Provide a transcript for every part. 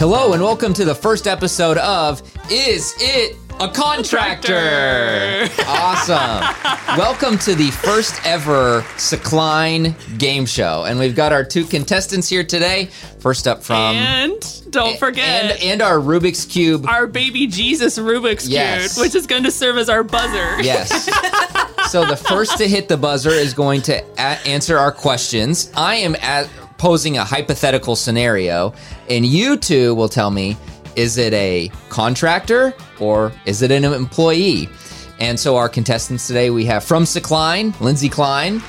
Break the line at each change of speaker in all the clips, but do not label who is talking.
Hello and welcome to the first episode of Is It a Contractor? awesome. welcome to the first ever Secline game show. And we've got our two contestants here today. First up from
and don't forget
Um, and, and our Rubik's Cube.
our baby Jesus Rubik's
Yes.
Cube, which is going to serve as our buzzer.
Yes. so the first to hit the buzzer is going to a- answer our questions. I am at posing a hypothetical scenario, and you two will tell me is it a contractor or is it an employee? And so our contestants today we have from Secline, Lindsay Klein.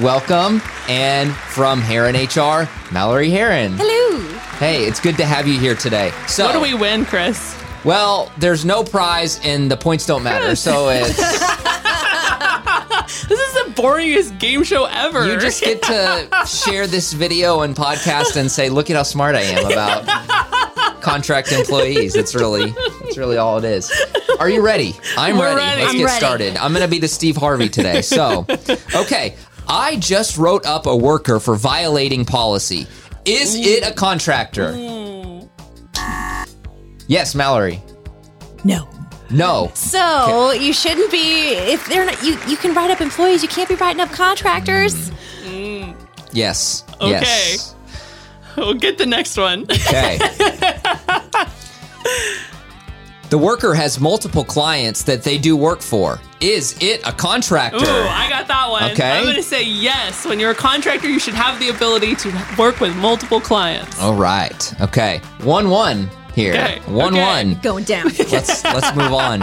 Welcome, and from Heron HR, Mallory Heron. Hello. Hey, it's good to have you here today. So
What do we win, Chris?
well, there's no prize and the points don't matter. So it's
This is the boringest game show ever.
you just get to share this video and podcast and say, "Look at how smart I am about contract employees." It's really it's really all it is. Are you ready? I'm
We're
ready.
ready.
Let's
I'm
get
ready.
started. I'm going to be the Steve Harvey today. So, okay, I just wrote up a worker for violating policy. Is it a contractor?
Mm.
Yes, Mallory.
No.
No.
So you shouldn't be if they're not you. You can write up employees. You can't be writing up contractors.
Yes.
Okay.
Yes.
we'll get the next one.
Okay. the worker has multiple clients that they do work for. Is it a
Ooh,
contractor?
I got that one.
Okay.
I'm going to say yes. When you're a contractor, you should have the ability to work with multiple clients.
All right. Okay. 1 1 here.
Okay.
1
Okay.
1.
Going down.
Let's let's move on.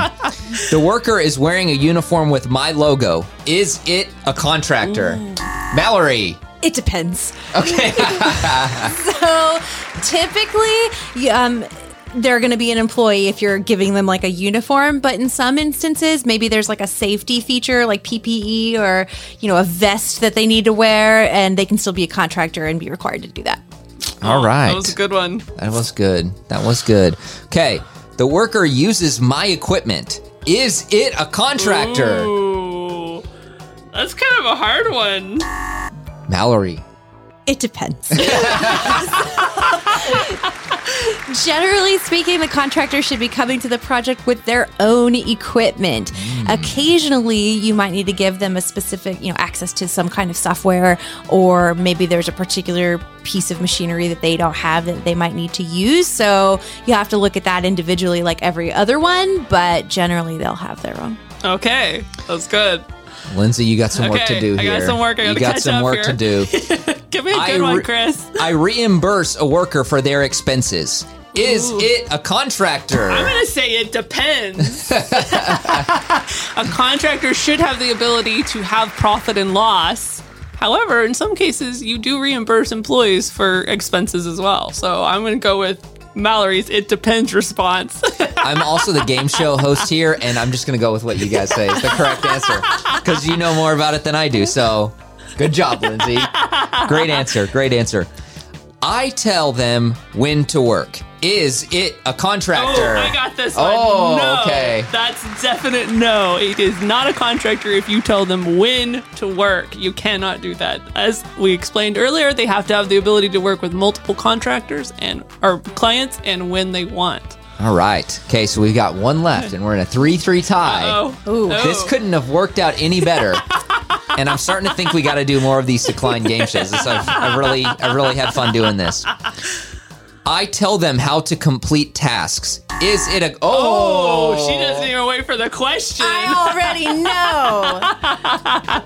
The worker is wearing a uniform with my logo. Is it a contractor? Mallory.
it depends.
Okay.
So typically, you- um, they're going to be an employee if you're giving them like a uniform. But in some instances, maybe there's like a safety feature, like PPE or you know a vest that they need to wear, and they can still be a contractor and be required to do that.
All right.
Oh, That was a good one.
That was good. That was good. Okay. The worker uses my equipment. Is it a contractor?
Ooh. That's kind of a hard one.
Mallory.
It depends. Generally speaking, the contractor should be coming to the project with their own equipment. Occasionally, you might need to give them a specific, you know, access to some kind of software, or maybe there's a particular piece of machinery that they don't have that they might need to use. So you have to look at that individually, like every other one. But generally, they'll have their own.
Okay. That's good.
Lindsay, you got some work to
Okay,
do
I
here.
got some work I
you
gotta
got
catch
some
up
work
here.
to do.
Give me a good
I
one,
re-
Chris.
I reimburse a worker for their expenses. Is it a contractor?
I'm gonna say it depends. a contractor should have the ability to have profit and loss. However, in some cases, you do reimburse employees for expenses as well. So I'm gonna go with Mallory's "it depends" response.
I'm also the game show host here, and I'm just going to go with what you guys say is the correct answer because you know more about it than I do. So, good job, Lindsay. Great answer. Great answer. I tell them when to work. Is it a contractor?
Oh, I got this one.
Oh,
no,
okay.
That's definite no. It is not a contractor if you tell them when to work. You cannot do that. As we explained earlier, they have to have the ability to work with multiple contractors and or clients and when they want.
All right. Okay, so we've got one left, and we're in a three-three tie.
Oh,
Ooh.
no.
This couldn't have worked out any better. and I'm starting to think we got to do more of these decline game shows. This, I've, I've really, I really had fun doing this. I tell them how to complete tasks. Is it a oh?
Oh, she doesn't even wait for the question.
I already know.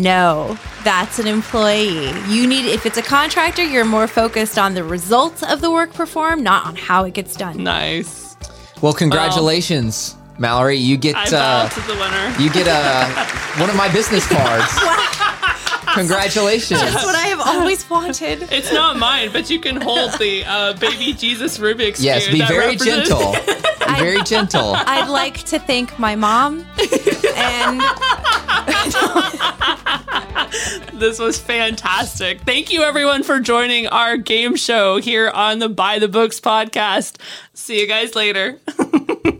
no, that's an employee. You need, if it's a contractor, you're more focused on the results of the work performed, not on how it gets done.
nice.
Well, congratulations, Mallory. You get
I
uh,
bow to the winner.
you get uh, one of my business cards. congratulations.
That's what I have always wanted.
It's not mine, but you can hold the uh, baby Jesus Rubik's cube.
Yes, be
that
very
represents-
gentle. Be very gentle.
I'd like to thank my mom and
This was fantastic. Thank you, everyone, for joining our game show here on the By the Books podcast. See you guys later.